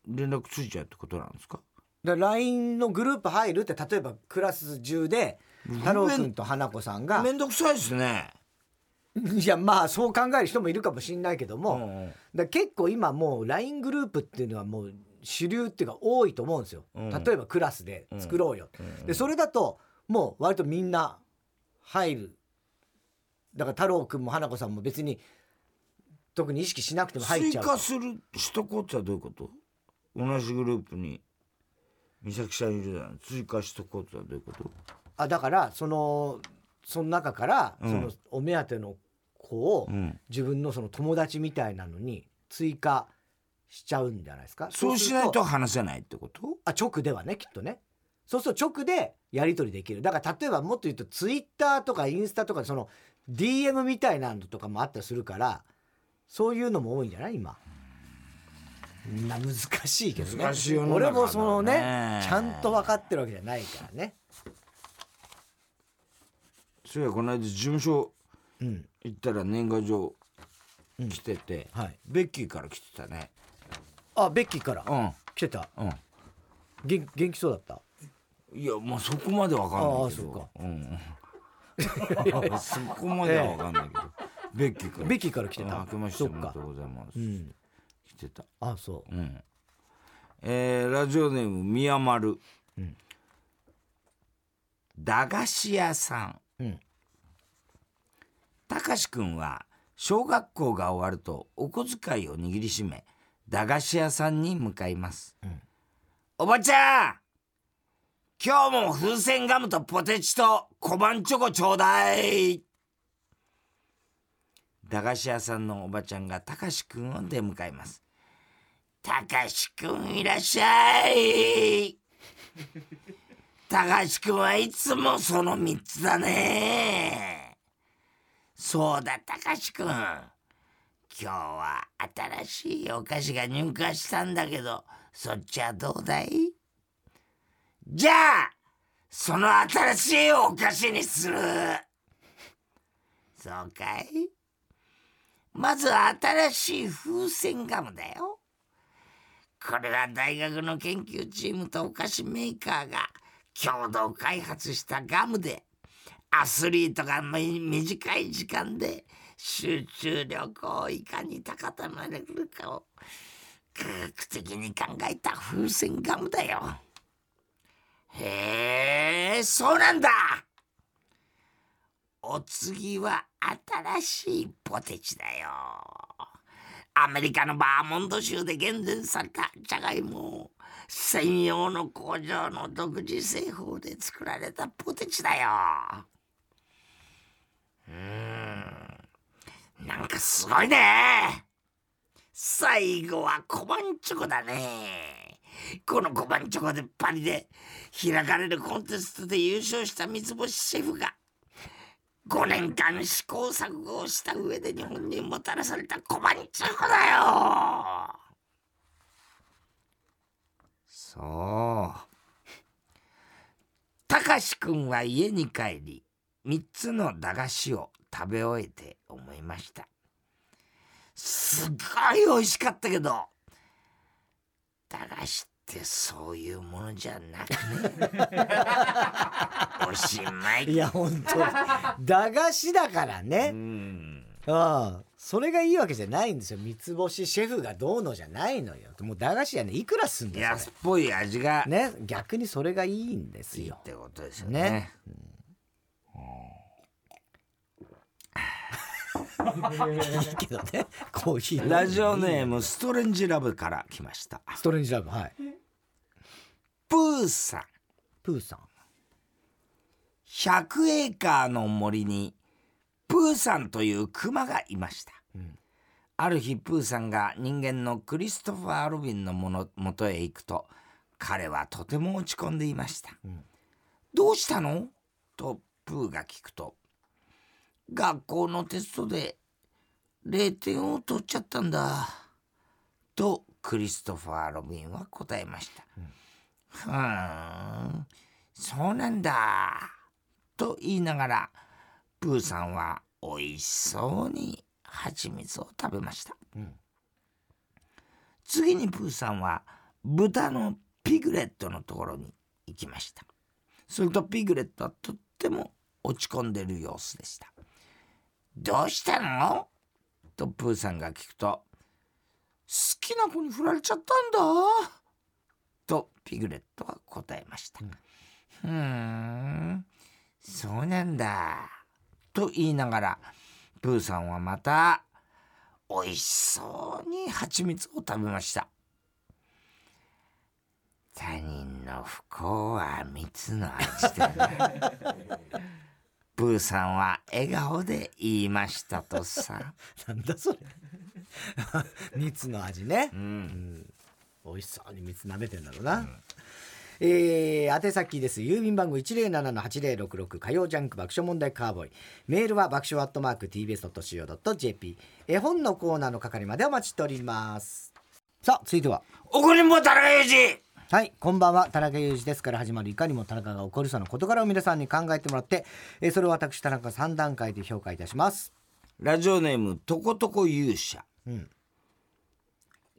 S2: 連絡ついちゃうってことなんですか
S1: だから LINE のグループ入るって例えばクラス中で
S2: ん
S1: 太郎くんと花子さんが
S2: めんどくさいですね
S1: *laughs* いやまあそう考える人もいるかもしれないけども、だか
S2: ん
S1: ら結構今もう LINE グループっていうのはもう主流っていうか多いと思うんですよ、
S2: うん
S1: 例えばクラスで作ろうよ、
S2: うん
S1: でそれだともう割とみんな入るだから太郎くんも花子さんも別に特に意識しなくても入っ
S2: 追
S1: ちゃうから
S2: 加するしたことはどういうこと同じグループに美咲ちゃんいるじゃない追加したことはどういうこと
S1: あだからそのその中から、
S2: うん
S1: そのお目当ての子を、
S2: ん
S1: 自分のその友達みたいなのに追加しちゃうんじゃないですか
S2: そうしないと話せないってこと
S1: あ直ではねきっとねそうすると直でやり取りできるだから例えばもっと言うとツイッターとかインスタとかその DM みたいなのとかもあったりするからそういうのも多いんじゃない今な難しいけどね
S2: 難しい世の中
S1: 俺
S2: だね
S1: もそのねちゃんと分かってるわけじゃないからね
S2: そういやこの間事務所
S1: うん
S2: 行ったら年賀状来てて、
S1: はい
S2: ベッキーから来てたね
S1: あベッキーから
S2: う
S1: 来てた
S2: ん
S1: 元元気そうだった
S2: うんいやまあそこまでわかん *laughs* ないけど
S1: あ
S2: うんそこまではわかんな
S1: *laughs*
S2: いけど、ベッキーから
S1: ベッキーから来てた
S2: あ明けましてお
S1: そっ
S2: め
S1: か
S2: でとうございます、
S1: ん
S2: 来てた
S1: あそう
S2: うんえーラジオネーム宮丸、駄菓子屋さん、
S1: うん
S2: たかしくんは小学校が終わるとお小遣いを握りしめ駄菓子屋さんに向かいます、おばちゃん今日も風船ガムとポテチと小判チョコちょうだい駄菓子屋さんのおばちゃんがたかしくんを出迎えますたかしくんいらっしゃい。たかしくんはいつもその三つだね。そうだ、たかしくん。今日は新しいお菓子が入荷したんだけど、そっちはどうだいじゃあ、その新しいお菓子にする。そうかいまずは新しい風船ガムだよ。これは大学の研究チームとお菓子メーカーが共同開発したガムでアスリートがみ短い時間で集中力をいかに高められるかを科学的に考えた風船ガムだよ。へえそうなんだお次は新しいポテチだよ。アメリカのバーモント州で厳選されたジャガイモを専用の工場の独自製法で作られたポテチだようーんなんかすごいね最後は小判チョコだねこの小判チョコでパリで開かれるコンテストで優勝した三つ星シェフが5年間試行錯誤をした上で日本にもたらされた小判チョコだよそうたかしくんは家に帰り3つの駄菓子を食べ終えて思いましたすっごい美味しかったけど駄菓子ってそういうものじゃなくねおしまい
S1: いや本当に *laughs* 駄菓子だからね、
S2: うん
S1: うん、それがいいわけじゃないんですよ三つ星シェフがどうのじゃないのよもう駄菓子やねいくらすんだよ
S2: 安っぽい味が
S1: ね逆にそれがいいんです
S2: いい
S1: よ
S2: ってことですよね。
S1: ねいいけどねコーヒー
S2: ラジオネームストレンジラブから来ました。
S1: ストレンジラブはい
S2: プーさん、
S1: プーさん
S2: 100エーカーの森にプーさんというクマがいました。ある日プーさんが人間のクリストファー・ロビンのもの元へ行くと彼はとても落ち込んでいました。どうしたのとプーが聞くと学校のテストで0点を取っちゃったんだとクリストファー・ロビンは答えました。ふーんそうなんだと言いながらプーさんは美味しそうに蜂蜜を食べました、
S1: うん
S2: 次にプーさんは豚のピグレットのところに行きましたするとピグレットはとっても落ち込んでる様子でしたどうしたのとプーさんが聞くと、好きな子に振られちゃったんだ。とピグレットは答えました。うーん、そうなんだ。と言いながら、プーさんはまた、美味しそうに蜂蜜を食べました。他人の不幸は蜜の味だな。プーさんは笑顔で言いましたとさ。
S1: なんだそれ *laughs* 蜜の味ね、
S2: うん、
S1: 美味しそうに蜜舐めてんだろうな、えー、宛先です郵便番号107-8066火曜ジャンク爆笑問題カーボーイメールは爆笑アットマーク TBS.CO.JP 絵本のコーナーの係までお待ちしておりますさあ続いては
S2: おこりんぼ田中裕
S1: はいこんばんは田中裕二ですから始まるいかにも田中が起こりそうな事柄を皆さんに考えてもらって、えーそれを私田中3段階で評価いたします
S2: 二ラジオネームとことこ勇者、
S1: うん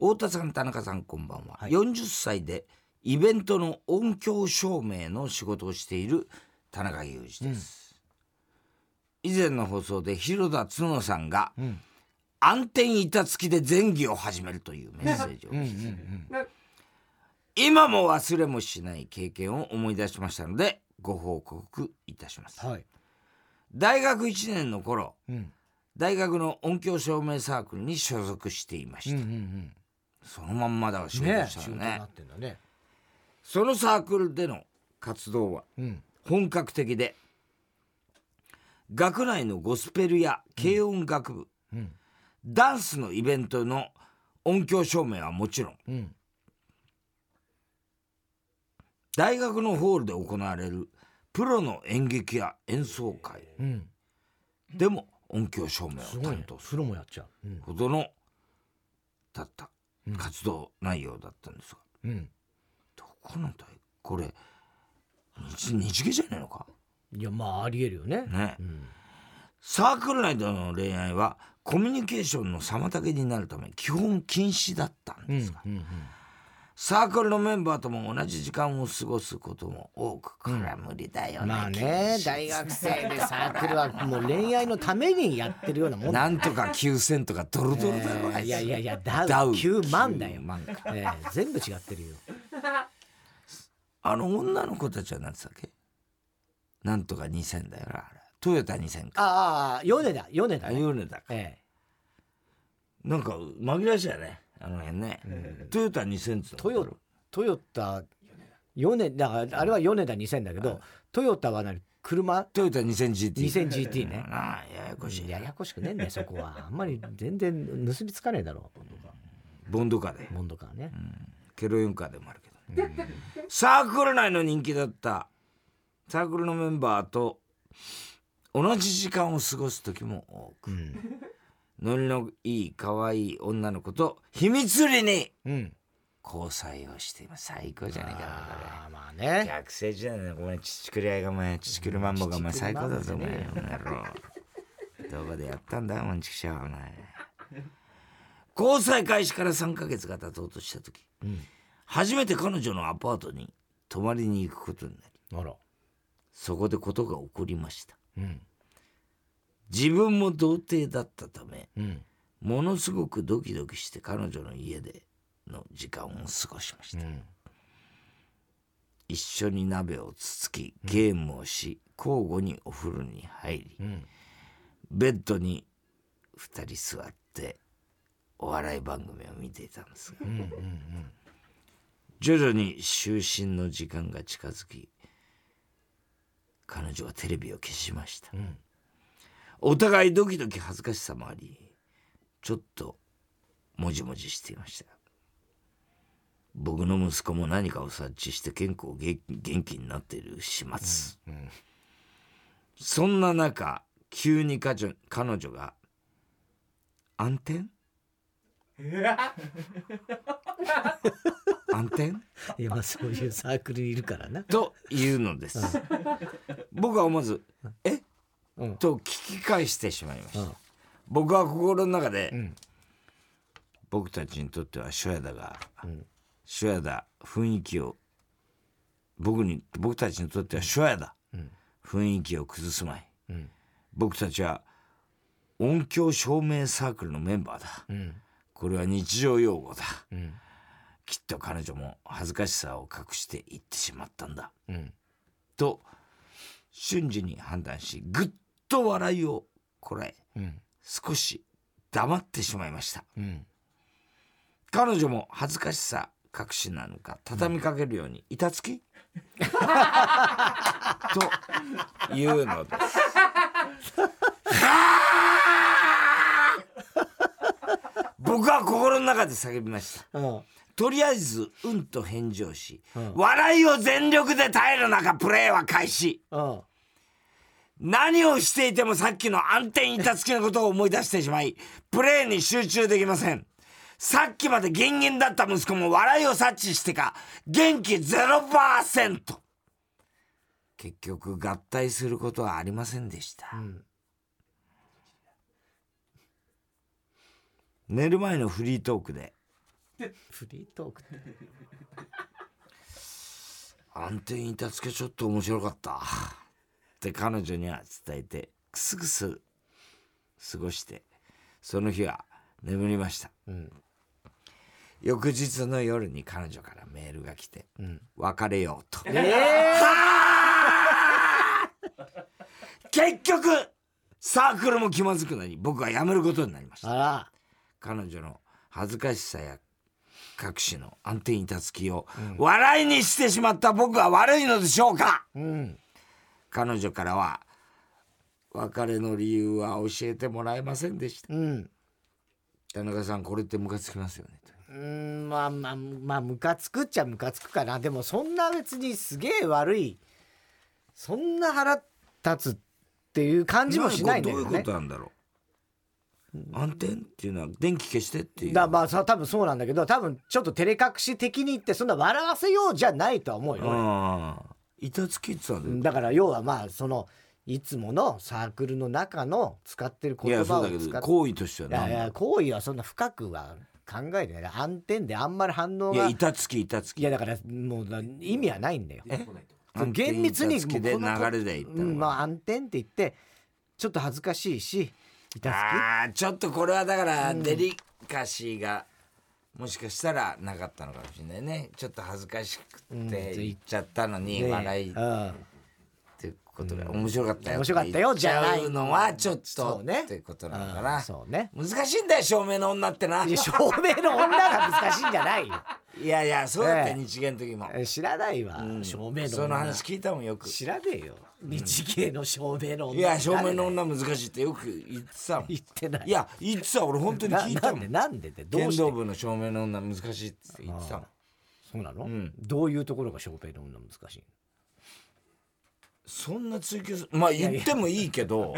S2: 太田さん田中さんこんばんは、
S1: はい
S2: 40歳でイベントの音響照明の仕事をしている田中裕二です、以前の放送で広田角さんが、
S1: ん
S2: 暗転板付きで前儀を始めるというメッセージを聞き今も忘れもしない経験を思い出しましたのでご報告いたします
S1: はい、
S2: 大学1年の頃
S1: うん、
S2: 大学の音響照明サークルに所属していました、そのまんまだから仕事
S1: ね
S2: した
S1: 仕事
S2: の
S1: に
S2: ね
S1: なってんだね
S2: そのサークルでの活動は
S1: うん
S2: 本格的で学内のゴスペルや軽音楽部、
S1: うん
S2: ダンスのイベントの音響照明はもちろん
S1: うん
S2: 大学のホールで行われるプロの演劇や演奏会
S1: うん
S2: でも音響照明
S1: す
S2: を
S1: ごい
S2: 担
S1: ね
S2: 当す
S1: プ
S2: る
S1: ロもやっちゃううん
S2: ほどのだった
S1: うん
S2: 活動内容だったんですが、
S1: うん
S2: どこの大これ日日芸じゃないのか
S1: いやまあありえるよね
S2: ね、
S1: ん
S2: サークル内での恋愛はコミュニケーションの妨げになるため基本禁止だったんですが、
S1: うん
S2: サークルのメンバーとも同じ時間を過ごすことも多くこれは無理だよね、
S1: まあね大学生でサークルはもう恋愛のためにやってるようなもんだ
S2: なんとか9000とかドロドロだろ、あ
S1: い
S2: つ
S1: やいやいやダウ
S2: ダウ
S1: 9万だよ
S2: 9万か
S1: ええ全部違ってるよ
S2: あの女の子たちは何つったっけなんとか2000だよなあれトヨタ2000か
S1: ああ米田米田
S2: あヨネダか
S1: ええ
S2: なんか紛らわしいよねあの辺ね、トヨタ2000っつうの
S1: トヨトヨタ米田だからあれは米田2000だけどトヨタは何車
S2: トヨタ 2000GT
S1: 2000GT ね
S2: ああややこしい
S1: ややこしくねえんだよそこはあんまり全然結びつかねえだろ
S2: ボンドカーで
S1: モンドカーね
S2: ケロヨンカーでもあるけど、サークル内の人気だったサークルのメンバーと同じ時間を過ごす時も多く、
S1: ん
S2: ノリのいい可愛い女の子と秘密裏に
S1: うん
S2: 交際をしています最高じゃないかなこれ
S1: あーまあね
S2: 学生時代のお前乳くり合いがお前乳くるマンボがお前
S1: 乳
S2: 最
S1: 繰りマ
S2: 高
S1: ンボ
S2: だぞお前
S1: じゃね
S2: やろどこでやったんだお前ちくしゃお前交際開始から3ヶ月が経とうとした時、初めて彼女のアパートに泊まりに行くことになり
S1: あら
S2: そこでことが起こりました
S1: うん
S2: 自分も童貞だったため
S1: うん
S2: ものすごくドキドキして彼女の家での時間を過ごしました、
S1: ん
S2: 一緒に鍋をつつきゲームをし、交互にお風呂に入り、
S1: ん
S2: ベッドに2人座ってお笑い番組を見ていたんですが、徐々に就寝の時間が近づき彼女はテレビを消しました、お互いドキドキ恥ずかしさもありちょっともじもじしていました僕の息子も何かを察知して健康げ元気になっている始末、そんな中急に彼女彼女が「暗転暗転?」
S1: いやまあそういうサークルにいるからな
S2: と言うのです僕は思わず「え
S1: うん
S2: と聞き返してしまいました、
S1: うん
S2: 僕は心の中で、
S1: ん
S2: 僕たちにとっては初夜だが、
S1: ん
S2: 初夜だ雰囲気を僕に僕たちにとっては初夜だ、雰囲気を崩すまい、僕たちは音響証明サークルのメンバーだ
S1: うん
S2: これは日常用語だ
S1: うん
S2: きっと彼女も恥ずかしさを隠して言ってしまったんだ
S1: うん
S2: と瞬時に判断しぐっと笑いをこらえ
S1: うん
S2: 少し黙ってしまいました
S1: うん
S2: 彼女も恥ずかしさ隠しなのか畳みかけるように「板つき? 」 *laughs* というのです。 *laughs* 僕は心の中で叫びました。
S1: うん
S2: とりあえず「うん」と返事をし、
S1: うん
S2: 笑いを全力で耐える中プレーは開始。
S1: うん
S2: 何をしていてもさっきの暗転板付きのことを思い出してしまい、プレーに集中できません。さっきまでギンギンだった息子も笑いを察知してか、元気0%。結局合体することはありませんでした。
S1: うん
S2: 寝る前のフリートークで、
S1: フリートークって
S2: 暗転板付けちょっと面白かった。って彼女には伝えて、くすぐす過ごして、その日は眠りました。
S1: うん
S2: 翌日の夜に彼女からメールが来て
S1: うん
S2: 「別れよう」と。
S1: ええ
S2: はあ *laughs* 結局サークルも気まずくなり僕は辞めることになりました
S1: あら
S2: 彼女の恥ずかしさや隠しの安定板つきを笑いにしてしまった僕は悪いのでしょうか
S1: うん
S2: 彼女からは「別れの理由は教えてもらえませんでした
S1: うん」
S2: 田中さんこれってムカつきますよねと
S1: うーんまあまあまあムカつくっちゃムカつくかなでもそんな別にすげえ悪いそんな腹立つっていう感じもしないんだよね
S2: これどういうことなんだろう暗転っていうのは電気消してっていう
S1: だまあさ多分そうなんだけど多分ちょっと照れ隠し的に言ってそんな笑わせようじゃないとは思うよ、
S2: ああ板付きって言ってたんだよ
S1: だから要はまあそのいつものサークルの中の使ってる
S2: い
S1: 言
S2: やそ
S1: 葉
S2: う
S1: を
S2: だ
S1: 使
S2: け
S1: って
S2: ど行為としてはい
S1: や
S2: 何
S1: い
S2: だ
S1: や行為はそんな深くは考えてない暗転であんまり反応
S2: いや
S1: がい
S2: 板付き板付き
S1: やだからもうだ意味はないんだよ
S2: 暗転
S1: 厳密に
S2: 板付きで流
S1: もうこの
S2: れでいったのか
S1: う
S2: なん
S1: まあ暗転って言ってちょっと恥ずかしいし板つ
S2: あーちょっとこれはだからデリカシーがもしかしたらなかったのかもしれないねちょっと恥ずかしくて言っちゃったの
S1: き
S2: に
S1: ね
S2: 笑い
S1: う
S2: っ
S1: ん
S2: ていうことが面白かったよ
S1: 面白かったよじゃない
S2: って言っちうのはちょっと
S1: そうね
S2: っていうことなのか
S1: う
S2: なん
S1: そうね
S2: 難しいんだよ照明の女ってない
S1: や照明の女が難しいんじゃないよ
S2: いやいやそうだったよ
S1: ええ
S2: 日芸の時も
S1: え知らないわ、照明の女
S2: その話聞いたもんよく
S1: 知らねえよ日芸の照明の女
S2: いや照明
S1: 誰
S2: の
S1: だよ
S2: 女難しいってよく言ってたもん
S1: 言ってない
S2: いや言ってた俺本当に聞いた
S1: なな
S2: も
S1: んで
S2: ん
S1: なんでってど
S2: 剣
S1: うし
S2: 道
S1: て
S2: 部の照明の女難しいって言ってたもん
S1: そうなの、
S2: ん
S1: どういうところが照明の女難しい
S2: そんな追求すまあ言ってもいい
S1: *laughs*
S2: けど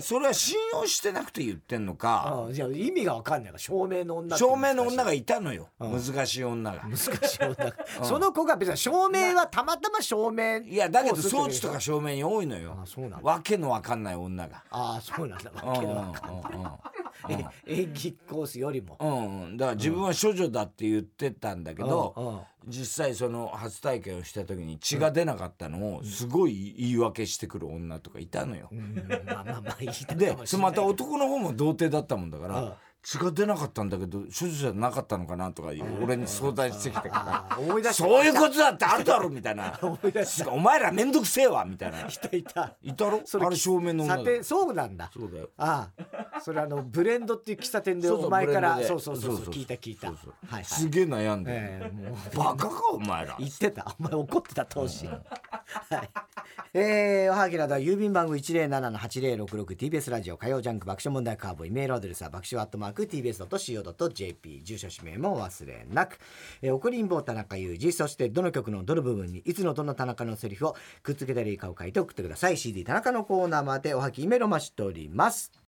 S2: それは信用してなくて言ってんのか
S1: ああじゃあ意味がわかんないから照明の女って
S2: 照明の女
S1: 難
S2: がいたのよ難しい女が
S1: しい難し
S2: *laughs*
S1: い女がその子が別に照明はたまたま照明
S2: いやだけど
S1: をする
S2: 装
S1: 時
S2: 置とか照明に多いのよ
S1: あそうなんだ
S2: わけのわかんない女
S1: *laughs*
S2: が
S1: ああそうなんだ
S2: うん
S1: わけわかん
S2: うんうんうん
S1: ない演技コースよりも
S2: うんうん、だから自分は処女だって言ってたんだけど、
S1: うんうん
S2: 実際その初体験をした時に血が出なかったのをすごい言い訳してくる女とかいたのよ。
S1: うんまあまあまあいいだ
S2: で
S1: かもし
S2: そ
S1: れな
S2: の
S1: い
S2: また男の方も童貞だったもんだから、
S1: うん
S2: 血が出なかったんだけど処女じゃなかったのかなとか俺に相談してきたから。
S1: あ *laughs* 思い出した
S2: そういうことだってあるだろみた
S1: *laughs*
S2: いな
S1: い出し
S2: お前らめんどくせえわみたいな
S1: いたいた
S2: いたろ
S1: そ
S2: あれ正面の女
S1: さ
S2: だ
S1: てそうなんだ
S2: そうだよ
S1: ああそれあのブレンドっていう喫茶店で
S2: そうそう
S1: お前から
S2: ブレンド
S1: そ
S2: で
S1: うそうそうそ
S2: そう
S1: う
S2: そう
S1: 聞いた聞いたは
S2: そうそう
S1: いは
S2: す
S1: い
S2: げえ悩んでる、
S1: ええもう
S2: バカかお前ら
S1: 言ってたお前怒ってた当時、はいえー、おはぎなどは郵便番号 107-8066TBS ラジオ火曜ジャンク爆笑問題カーボーイメールアドレスは爆笑アットマーク TBS.CO.jp 住所氏名もお忘れなく、えー、怒りん坊田中裕二そしてどの曲のどの部分にいつのどの田中のセリフをくっつけたりいいかを書いて送ってください CD 田中のコーナーまでおはぎメールを待ちしております